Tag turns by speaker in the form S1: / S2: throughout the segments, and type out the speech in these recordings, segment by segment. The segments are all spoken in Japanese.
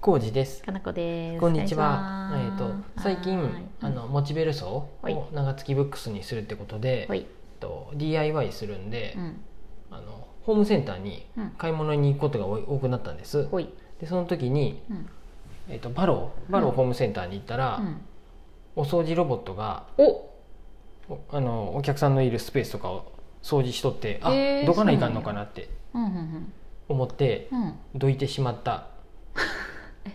S1: コウジです。
S2: かなこです。
S1: こんにちは。えっ、と最近あのモチベルソ
S2: は
S1: ー
S2: い
S1: を長月ブックスにするってことで、
S2: はい、
S1: えっと DIY するんで、
S2: うん、
S1: あのホームセンターに
S2: うん
S1: 買い物に行くことが多い多くなったんです。
S2: ほい、
S1: でその時に
S2: うん、
S1: えっ、とバローバロー
S2: うん
S1: ホームセンターに行ったら、
S2: うん、
S1: お掃除ロボットが
S2: お、
S1: おあのお客さんのいるスペースとかを掃除しとって、
S2: へ
S1: あ
S2: ー
S1: どかないかんのかなって
S2: うん、うん、
S1: 思って
S2: うん、うん。
S1: どいてしま った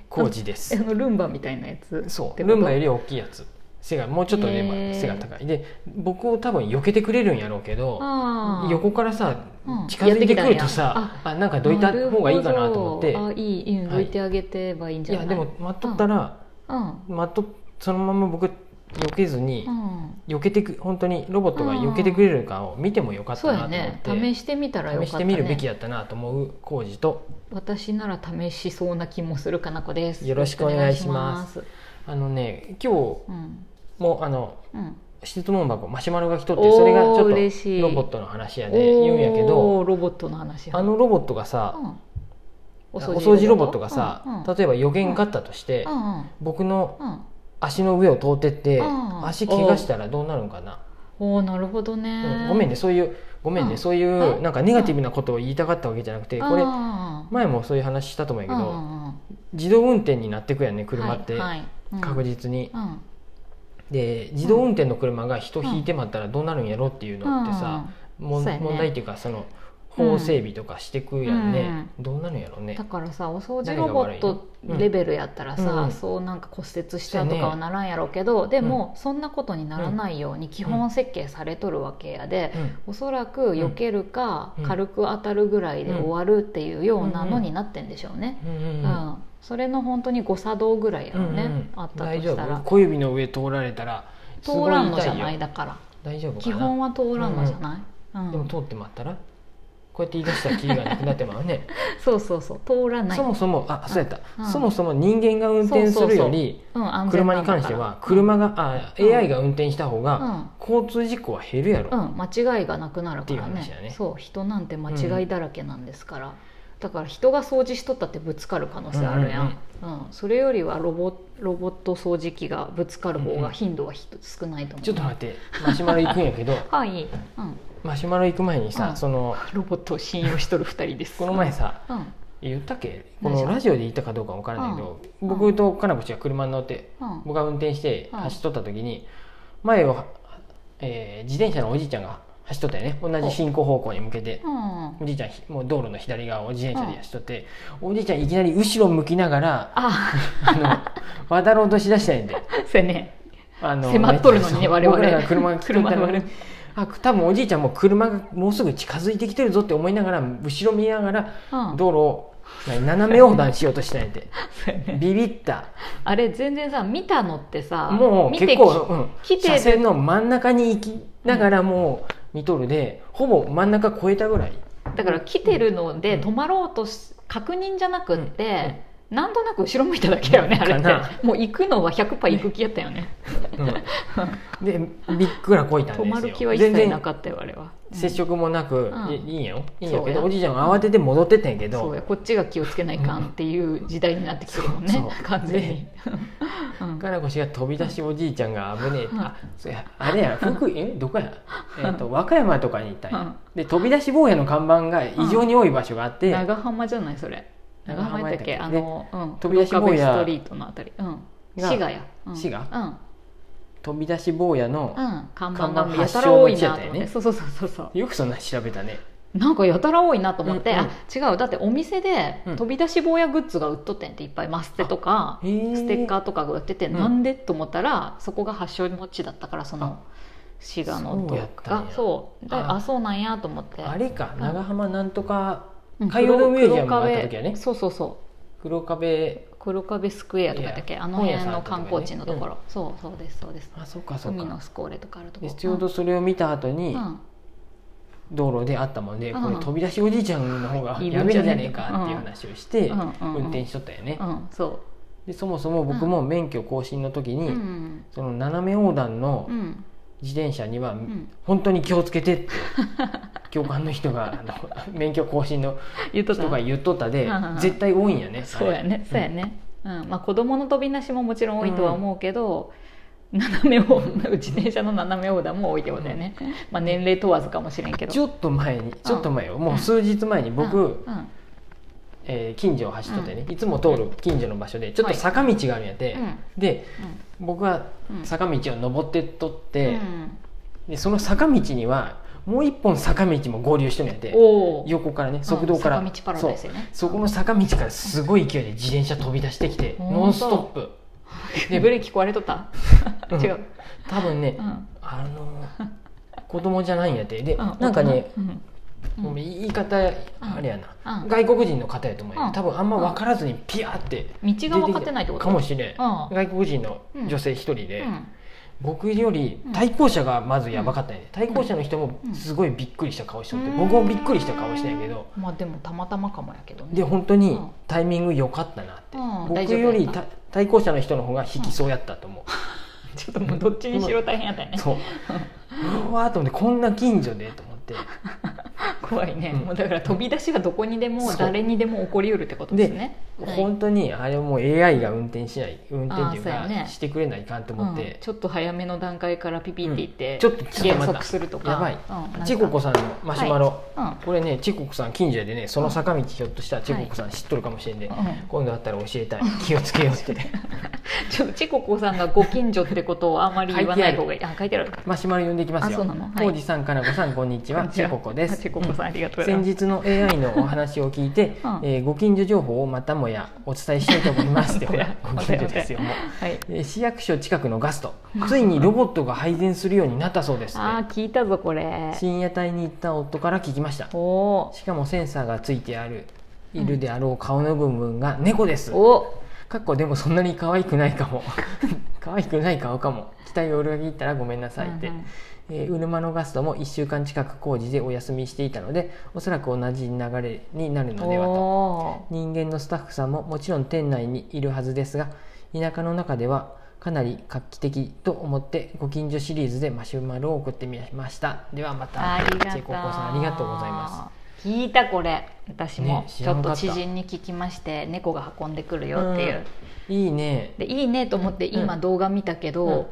S1: コウジで
S2: え
S1: す
S2: あ。のルンバみたいなやつ。
S1: そう
S2: てこ
S1: ル
S2: と
S1: ンバより大きいやつ背がもうちょっと
S2: へ
S1: ね
S2: ー
S1: 背が高いで僕を多分避けてくれるんやろうけど
S2: あー
S1: 横からさ
S2: うん
S1: 近づいてくると
S2: やって
S1: さ
S2: き、
S1: あなんかどいた方がいいかなと思って
S2: なるほどあ、いい、いい、
S1: はい
S2: どいてあげてばいいん
S1: い
S2: じゃな
S1: や
S2: い。
S1: でも、待っとったら、
S2: うん、
S1: 待っとそのまま僕避けずに、
S2: うん、
S1: 避けてく本当にロボットが避けてくれるかを見てもよかった
S2: そう
S1: なと
S2: や
S1: 思
S2: ね
S1: っ。て、
S2: 試してみたらよか
S1: 試
S2: っ
S1: したて
S2: ね。
S1: みるべきやったなと思う工事と
S2: 私なら試しそうな気もするかなこです。
S1: よろしくお願いします
S2: よろしく
S1: あのね今
S2: お願いします。
S1: 日もあの
S2: うん、うん。
S1: 質問箱マシュマロが来とってそれがちょ
S2: おー
S1: っ
S2: 嬉し
S1: と
S2: い
S1: ロボットの話やで言うんやけど。
S2: おーロボットの話
S1: あのロボットがさ、
S2: うん
S1: お掃除ロボットがさ、
S2: うんうん
S1: 例えば予言があったとして、
S2: うんうん
S1: 僕の
S2: うん
S1: 足の上を通ってって、
S2: うん
S1: 足怪我したらどうなるんかな、
S2: おおなるほどね、
S1: うんごめんねそういうごめんね、
S2: うん
S1: そういう
S2: え
S1: なんかネガティブなことを言いたかったわけじゃなくて、これ
S2: あー
S1: 前もそういう話したと思うんやけど、
S2: うんうんうん
S1: 自動運転になってくやんね車って、
S2: はいはいうん
S1: 確実に、
S2: うん
S1: で自動運転の車が人引いてまったらどうなるんやろっていうのってさ、もん
S2: そうやね
S1: 問題っていうかその法整備とかしてくやんね、どうなるんやろう
S2: うん
S1: ね
S2: だからさお掃除ロボット
S1: 誰が悪いのうん
S2: レベルやったらさ、
S1: うん
S2: そうなんか骨折したとかはならんやろうけど、でも、そんなことにならないように基本設計されとるわけやで、
S1: うん
S2: おそらく避けるか、
S1: うん
S2: 軽く当たるぐらいで終わるっていうようなのになってんでしょうね、
S1: うんうんうん
S2: うん、それの本当に誤作動ぐらいやろね、
S1: うんうん
S2: あったと
S1: 大
S2: し
S1: 丈
S2: た
S1: 夫
S2: ら
S1: 小指の上通られたらすご
S2: 通らんの
S1: 痛
S2: じゃ
S1: よ
S2: ないだから
S1: 大丈夫かな
S2: 基本は通らんのじゃない、うん
S1: でも通ってまったらこうやって言い出したらキリがなくなってまうね
S2: そうそうそう通ら ない
S1: そもそもあそうやった、
S2: うん
S1: そもそも人間が運転するより
S2: うん、安全
S1: 車
S2: な
S1: に
S2: んだから
S1: 関しては車があ
S2: うん
S1: AI が運転した方が交通事故は減るやろ、
S2: うん、うん、間違いがなくなるから
S1: っていう話や
S2: ね
S1: ね
S2: そう人なんて間違いだらけなんですから、だから人が掃除しとったってぶつかる可能性あるやん、うんそれよりはロボロボット掃除機がぶつかる方が頻度はひと少ないと思う、
S1: ちょっと待ってマシュマロ行くんやけど
S2: はい、うん、
S1: マシュマロ行く前にさ、
S2: うん
S1: その
S2: ロボットを信用しとる二人です
S1: この前さ
S2: うん
S1: 言ったっけこ
S2: 何でしょ
S1: の
S2: う
S1: ラジオで言ったかどうかわからないけど、
S2: うん
S1: 僕とかなこちが車に乗って
S2: うん
S1: 僕が運転して
S2: うん
S1: 走っとった時に前を、えー自転車のおじいちゃんが走っとったよね同じ進行方向に向けて
S2: うん
S1: おじいちゃんひもう道路の左側を自転車で走っとっておじいちゃんいきなり後ろ向きながら
S2: あ
S1: あの 渡ろうとしだしたんやんで
S2: そうやね
S1: あの
S2: 迫っとるのにね
S1: めっちゃそう
S2: 我々
S1: 僕らが車が来とったのに
S2: 車の
S1: あ多分おじいちゃんも車がもうすぐ近づいてきてるぞって思いながら後ろ見ながら
S2: うん
S1: 道路を何斜め横断しようとしたんやんで
S2: そうやね
S1: ビビった
S2: あれ全然さ見たのってさ
S1: もう
S2: 見
S1: 結
S2: て
S1: 構、
S2: き
S1: うん、
S2: 来てる
S1: 車線の真ん中に行きながらもう見とるで、ほぼ真ん中超えたぐらい
S2: だから来てるので
S1: うん
S2: 止まろうとし確認じゃなくって、なんとなく後ろ向いただけだよね、
S1: うん
S2: あれっ
S1: かな
S2: てもう行くのは100%行く気やったよね
S1: うん でびっくらこいたんです
S2: 止
S1: よ
S2: まる気は一
S1: 全
S2: 切
S1: 然
S2: なかったよあれは、うん
S1: 接触もなく、
S2: うん
S1: いいいんやよいいんや
S2: そう
S1: け
S2: や
S1: どおじいちゃんが慌てて戻ってったんやけ
S2: そう
S1: ど
S2: やこっちが気をつけないかんっていう時代になってきてるもん
S1: そ
S2: ね
S1: うそう
S2: 完全に、うん
S1: かなこ氏が飛び出しおじいちゃんが危ねえって、
S2: うん
S1: あそうやあれや福井えどこや、えー、と和歌山とかに行ったんや、
S2: うん
S1: で飛び出し坊やの看板が異常に多い場所があって、
S2: 長浜じゃないそれ長
S1: 長
S2: 浜
S1: 浜
S2: や
S1: や
S2: っ
S1: ったた
S2: っ
S1: っ
S2: け
S1: け
S2: あの、うん、
S1: 飛び出し坊や
S2: 黒壁ストリートのあたり、うん、
S1: が
S2: 滋賀や、うん、
S1: 滋賀
S2: うん
S1: 飛び出し坊やの、
S2: うん、看板
S1: 看
S2: が
S1: 板
S2: やたら多い
S1: 発祥の
S2: なと
S1: 地やった
S2: 思っ
S1: よ
S2: て、
S1: ね
S2: そうそうそうそうそう
S1: よくそんな調べたね
S2: なんかやたら多いなと思って、
S1: うんうん
S2: あ違うだってお店で
S1: うん
S2: 飛び出し坊やグッズが売っとってんっていっぱいマステとか
S1: へー
S2: ステッカーとかが売ってて、
S1: うん
S2: なんでと思ったらそこが発祥の地だったからその滋賀の
S1: そうやったん
S2: が
S1: や
S2: そうであ
S1: あ
S2: そうなんやと思って
S1: あれか
S2: うん
S1: 長浜なんとか
S2: うん
S1: 海洋のミュージアムがあった
S2: 黒
S1: 時はね
S2: 壁そうそうそう
S1: 黒壁
S2: 黒壁スクエアとかだっ
S1: い
S2: け
S1: や
S2: あの辺
S1: 本屋さ
S2: の
S1: んとかね
S2: 観光地のところ、そうそうですそうです
S1: あそっかそっ
S2: 海の
S1: か
S2: スコーレとかあるとこ
S1: で
S2: ろ
S1: ちょうどそれを見た後に
S2: うん
S1: 道路であったもんで、
S2: うん
S1: これ飛び出しおじいちゃんの方が
S2: いるん
S1: や
S2: じゃ
S1: べえ
S2: ね
S1: んじゃねえかっていう話をして
S2: うんうんうん
S1: 運転しとったよね、
S2: うんそ
S1: でそもそも僕も免許更新の時
S2: う
S1: に、
S2: うん
S1: その斜め横断の
S2: うん
S1: 自転車には
S2: ん
S1: 本当に気をつけてって教官の人が あの免許更新の
S2: 言っとった
S1: 人が言っとったで
S2: うんうんうん
S1: 絶対多いんやねあれ
S2: そうやねそうやね、ううんまあ、子どもの飛び出しももちろん多いとは思うけど、斜めを自転車の斜め横断も多いってことだよね、まあ、年齢問わずかもしれんけど
S1: ちょっと前にちょっと前よもう数日前に僕、
S2: うんうん
S1: えー近所を走っとってね、いつも通る近所の場所でちょっと坂道があるんやて、
S2: うん
S1: で僕は
S2: うん
S1: 坂道を登ってっとっ
S2: う
S1: て、
S2: ん
S1: でその坂道にはもう一本坂道も合流してるんやて
S2: おー
S1: 横からね側道から、
S2: うん坂道パラ
S1: そ
S2: ダ
S1: う
S2: イスよね
S1: そこの坂道からすごい勢いで自転車飛び出してきて
S2: うん
S1: ノンストップで
S2: ブレーキ壊れとった
S1: うん
S2: 違う、
S1: 多分ね、
S2: うん
S1: あのー子供じゃないんやてで、
S2: うん
S1: なんかね、
S2: うん
S1: もう言い方あれやな、
S2: うん
S1: 外国人の方やと思うよ、
S2: うん
S1: 多分あんま分からずにピヤーって
S2: 道
S1: 出てき
S2: が分かってないってこと
S1: かもしれん、
S2: うん
S1: 外国人の女性一人で、
S2: うん
S1: 僕より対向車がまずやばかったんやで対向車の人もすごいびっくりした顔しとって、
S2: うん
S1: 僕もびっくりした顔してんやけど
S2: まあでもたまたまかもやけどね
S1: で本当に
S2: うん
S1: タイミング良かったなって、
S2: うん
S1: 僕
S2: 大丈夫
S1: より
S2: やった
S1: た対向車の人の方が引きそうやったと思う、
S2: ちょっともうどっちにしろ大変やったよね
S1: そううわーと思ってこんな近所でと思って
S2: 怖いね、
S1: うん
S2: もうだから飛び出しがどこにでも
S1: そう
S2: 誰にでも起こりうるってことですねはい
S1: 本当にあれはもう AI が運転しない運転っていう
S2: あー
S1: か
S2: そうやね
S1: してくれないかんと思っ
S2: うん
S1: て、
S2: ちょっと早めの段階からピピって言って、
S1: ちょっとちょっと
S2: 減
S1: 待
S2: 速
S1: っ
S2: すると
S1: た
S2: か
S1: やばい、
S2: うん
S1: チココさんのマシュマロ、
S2: なんか
S1: これねチココさん近所でねその坂道ひょっとしたらチココさん知っとるかもしれんで、
S2: うんうん
S1: 今度あったら教えたい気をつけようって
S2: うん、ちょっとチココさんがご近所ってことをあまり言わない方がいいあ書いてある
S1: マシュマロ呼んできます
S2: あそ
S1: よ
S2: うなのはい
S1: 浩二さんかなこさんこんにちはチココで
S2: あ
S1: す
S2: チココさんありがとうござい
S1: 先
S2: ます
S1: 日の AI のお話を聞いて、
S2: うん
S1: えーご近所情報をまたもやお伝えしたいと思いますって ほらご近所ですよもう
S2: はい
S1: えー市役所近くのガストついにロボットが配膳するようになったそうです
S2: あ
S1: ね
S2: あ聞いたぞこれ
S1: 深夜帯に行った夫から聞きました
S2: おお
S1: しかもセンサーがついてあるいるであろう顔の部分が猫です
S2: ーお
S1: かっこでもそんなに可愛くないか も可愛くない顔かも期待を裏切ったらごめんなさいって、
S2: うんうん
S1: えー、ウルマのガストも1週間近く工事でお休みしていたのでおそらく同じ流れになるのではと
S2: お
S1: 人間のスタッフさんももちろん店内にいるはずですが田舎の中ではかなり画期的と思ってご近所シリーズでマシュマロを送ってみましたではま
S2: ーあ
S1: た
S2: りが
S1: チェ
S2: とう
S1: ココさんありがとうございます
S2: 聞いたこれ私も
S1: ね知
S2: ち
S1: ら
S2: ょ
S1: ん
S2: っ
S1: かっ
S2: と
S1: た
S2: 知人に聞きまして猫が運んでくるよっていう、
S1: すいいね
S2: でいいねと思って
S1: うん
S2: 今動画見たけど、
S1: うん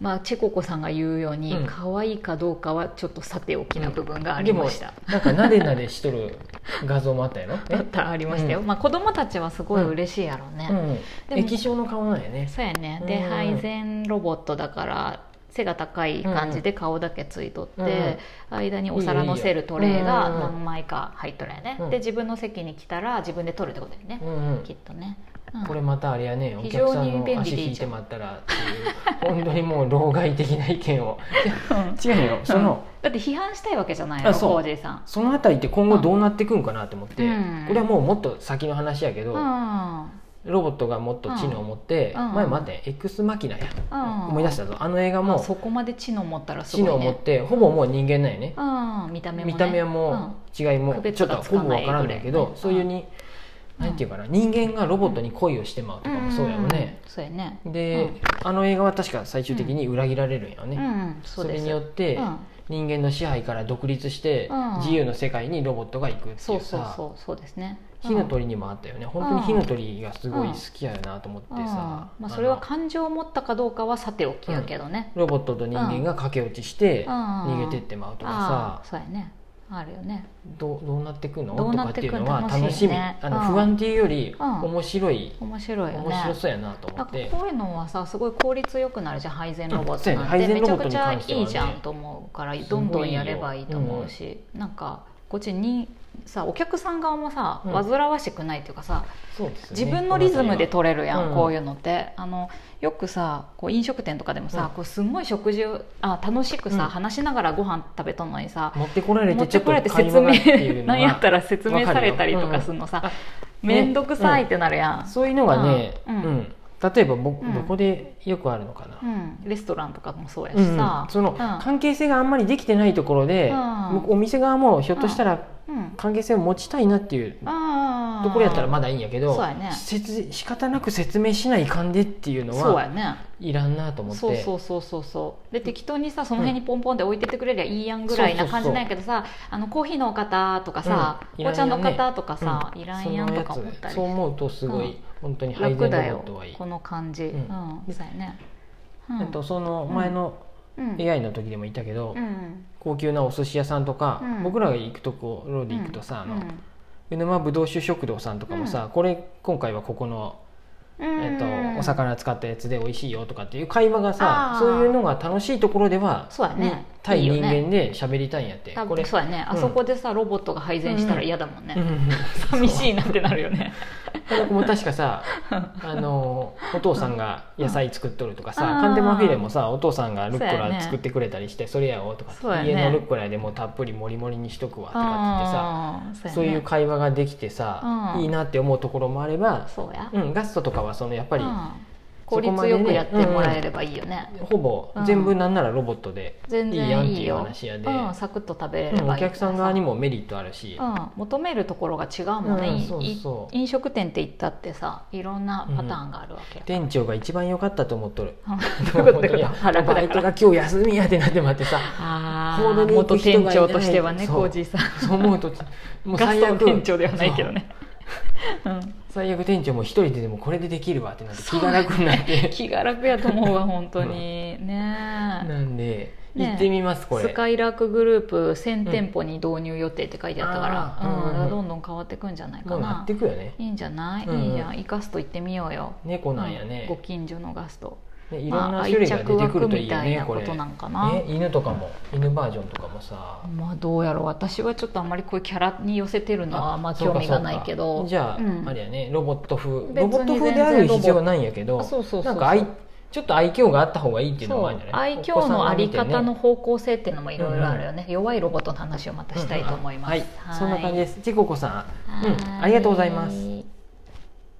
S2: まあ、チェココさんが言うように、
S1: うん
S2: 可愛いかどうかはちょっとさておきな部分がありました、
S1: でもなんかなでなでしとる画像もあったよな
S2: あったありましたよ、
S1: う
S2: まあ、子供たちはすごい嬉しいやろうね、
S1: うん、
S2: でも
S1: 液晶の顔なんやね
S2: そうやねで、
S1: うん
S2: 配膳ロボットだから背が高い感じで顔だけついとって、間にお皿のせるトレー
S1: いい
S2: が
S1: よいいよ
S2: 何枚か入っとるやね、
S1: うん
S2: で自分の席に来たら自分で取るってことだよね
S1: う、んうん
S2: きっとね、うん
S1: これまたあれやねお
S2: 非
S1: 客さ
S2: 常
S1: ん
S2: に
S1: の
S2: 便利
S1: 足
S2: で
S1: 引
S2: い
S1: い
S2: い
S1: て
S2: じゃん
S1: もらったらっていう本当にもう老害的な意見を違うよその、
S2: だって批判したいわけじゃないの
S1: あそう
S2: コージーさん
S1: そのあたりって今後どうなってくんかなと思って、
S2: うん
S1: これはもうもっと先の話やけど、
S2: うん
S1: ロボットがもっと知能を持って、
S2: うん
S1: 前待って X マキナや、
S2: うん
S1: 思い出したぞあの映画
S2: まあ
S1: も
S2: そこまで知能持ったらす
S1: 知
S2: ごい、
S1: 能
S2: ね、
S1: を持ってほぼもう人間なんよね
S2: うん見た目も、ね、
S1: 見た目はもう違いも
S2: 区
S1: ちょ
S2: 別
S1: っと
S2: がつ
S1: ほ
S2: か
S1: ぼ
S2: な
S1: わ
S2: い
S1: からんだけ
S2: ぐらいね
S1: ど
S2: うん
S1: そういうに何て言うかな人間がロボットに恋をしてまうと
S2: う
S1: か
S2: ん、
S1: もそうやもんね
S2: うんそうやね
S1: であの映画は確か最終的に裏切られるんよ
S2: うん、
S1: ねそ
S2: そ
S1: う
S2: で
S1: れ
S2: す
S1: によって
S2: うん
S1: 人間の支配から独立して
S2: うん
S1: 自由の世界にロボットが行くって
S2: そ
S1: いうう
S2: そう
S1: さ
S2: そうそうですね
S1: 火の
S2: り
S1: 鳥にもあったよね本当に火の鳥がすごい好きやなと思ってさ
S2: まあ、それは
S1: あの
S2: 感情を持ったかどうかはさておきやけどね、
S1: ロボットと人間が駆け落ちして
S2: うん
S1: 逃げてってまうとか
S2: あ
S1: さ
S2: あそうやねあるよね
S1: どうどうなってくの
S2: どう
S1: と
S2: な
S1: かっ
S2: ってて
S1: いう
S2: く
S1: の
S2: の
S1: は楽
S2: 楽
S1: し
S2: し
S1: み、
S2: み
S1: あの
S2: うん
S1: 不安っていうより
S2: うん
S1: 面白い、
S2: 面白いよね
S1: 面白そうやなと思
S2: なん
S1: っ
S2: か
S1: て
S2: こういうのはさすごい効率よくなるじゃん配膳ロボット
S1: うん
S2: な
S1: そうんやね配
S2: て
S1: 膳
S2: めち
S1: ロ
S2: ゃ
S1: ボット
S2: く
S1: に
S2: ちゃ
S1: 関してはね
S2: いいじゃんと思うからどんどんやればいいと思うしなんかこっちにさお客さん側もさ
S1: うん
S2: 煩わしくないっていうかさ
S1: そうですね
S2: 自分のリズムで取れるや
S1: うん
S2: んこういうのってあのよくさこう飲食店とかでも
S1: うん
S2: さこうすんごい食事をあ楽しく
S1: うん
S2: さ話しながらご飯食べとんのにさ
S1: 持ってこられ
S2: 持
S1: て
S2: っ
S1: ちょ
S2: て
S1: っ
S2: こられ
S1: と
S2: て
S1: 買い
S2: 説
S1: 物がっていうのは
S2: 明 なんやったら説明されたりと
S1: わかるよ
S2: かするのさ
S1: うん
S2: 面倒くさいってなるやん
S1: あ。そういうのがね、う
S2: うんんうん
S1: 例えば僕、
S2: うん
S1: どこでよくあるのかな、
S2: うん、レストランとかもそうやし
S1: うん
S2: さ、
S1: その
S2: ん
S1: 関係性があんまりできてないところで、
S2: うん
S1: お店側もひょっとしたら
S2: うん
S1: 関係性を持ちたいなっていう
S2: あー
S1: ところやったらまだいいんやけど、
S2: そうやね
S1: 説仕方なく説明しないかんでっていうの
S2: そうや
S1: は
S2: ね
S1: いらんなと思って
S2: そうそうそうそうそうで適当にさその辺にポンポンって置いてってくれりゃいいやんぐらいな感じなんやけどさあのコーヒーのお方とかさ、
S1: うんいらんやんね
S2: お茶の方とかさ、
S1: うん
S2: いらんやんとか思ったり
S1: そのやつそう思うとすご
S2: うん
S1: い本当に配
S2: 楽
S1: 電ロボッ
S2: だよ
S1: トはいい
S2: こ、の感じ、
S1: う
S2: うんんそうやね、うん
S1: えっと、その前の
S2: うん
S1: AI の時でも言ったけど、
S2: うん
S1: 高級なお寿司屋さんとか、
S2: うん
S1: 僕らが行くところで行くとさ、
S2: うん
S1: あの湯沼ぶどう酒食堂さんとかもさ、
S2: う
S1: これ今回はここの、
S2: うん
S1: えっ
S2: うん
S1: と、お魚使ったやつで美味しいよとかっていう会話がさ
S2: あー
S1: そういうのが楽しいところでは
S2: そうやね
S1: 対
S2: いいよ
S1: 人
S2: ね
S1: 間で喋りたいんやって、
S2: 多
S1: これ
S2: 分そうやね、
S1: うん
S2: あそこでさロボットが配膳したら嫌だもんね、
S1: うん
S2: 寂しいなってなるよね
S1: 田中も確か さあのお父さんが野菜作っとるとかさ、
S2: うん
S1: カンデマフィレもさお父さんがルッコ
S2: そうや
S1: ラ
S2: ね
S1: 作ってくれたりしてそれやをとかって
S2: そうやね
S1: 家のルッコラでもうたっぷりもりもりにしとくわとかって言ってさ
S2: あー
S1: そう
S2: や
S1: い
S2: ね
S1: う会話ができてさ、
S2: うん
S1: いいなって思うところもあれば、
S2: そうや、
S1: うん、ガストとかはそのやっぱり、
S2: うん
S1: そ
S2: 効
S1: こまで
S2: 率
S1: ね
S2: よくやってもらえればいいよね、
S1: ほぼ
S2: うん
S1: 全部なんならロボットで、
S2: 全
S1: いいやん
S2: 然
S1: って
S2: いい
S1: いう
S2: よ
S1: 話やで
S2: うん、サクッと食べれればいい
S1: うんお客さん側にも
S2: も、
S1: メリットあるし、
S2: うん、求めるところが違うもんね、
S1: うん
S2: い
S1: そうそう
S2: 飲食店って言ったってさいろんなパターンがあるわけ、
S1: 店長が一番良かったと思っとる
S2: どういうこ と
S1: 本当に
S2: 腹
S1: バ
S2: だ
S1: イ
S2: か
S1: ト
S2: ら
S1: が今日休みやってなってまってさ
S2: あ
S1: ホール
S2: ー
S1: に行く
S2: 元
S1: 人
S2: 店
S1: がいない
S2: 長としてはね
S1: そう
S2: コージーさん
S1: そう思うともう
S2: ガス
S1: 最
S2: トの
S1: 悪
S2: 店長ではないけどね、うん、
S1: 最悪店長も一人ででもこれでできるわってなって気が楽にな って
S2: 気が楽やと思うわ本当にねえ
S1: なんで
S2: ね
S1: 行ってみますこれ
S2: スカイラークグループ1000店舗に導入予定って書いてあったか
S1: う
S2: ら、
S1: ん
S2: うん
S1: あーうんうん
S2: だからどんどん変わってくんじゃない
S1: も
S2: か
S1: うな
S2: な
S1: ってくよね
S2: いいんじゃない、
S1: うん
S2: いいじゃん生かすと行ってみようよ
S1: 猫なんやね
S2: うんご近所のガスト
S1: ねいろんな種類が出てくるといいよね
S2: まあ
S1: これ
S2: 愛着枠みたいなことなんかな
S1: ね犬とかも犬バージョンとかもさ
S2: まあどうやろう私はちょっとあんまりこういうキャラに寄せてるのはあんま
S1: そうか
S2: 興味がないけ
S1: そう
S2: ど
S1: かじゃあ、
S2: うん
S1: あれやねロボット風
S2: 別に
S1: ロボット風である
S2: 全然ロボ
S1: 必要はないんやけど
S2: あそうそうそう
S1: なんか愛ちょっと愛嬌があった方がいいっていうの
S2: そ
S1: もあるん
S2: う
S1: じゃない
S2: 愛嬌のあり
S1: お子さ
S2: 方
S1: んが見て
S2: の
S1: ね
S2: 方向性っていうのもいろいろあるよね、弱いロボットの話をまたしたいと思います、
S1: はい、そんな感じですすちここさん、う
S2: はい
S1: ん、ありがとうございます
S2: はい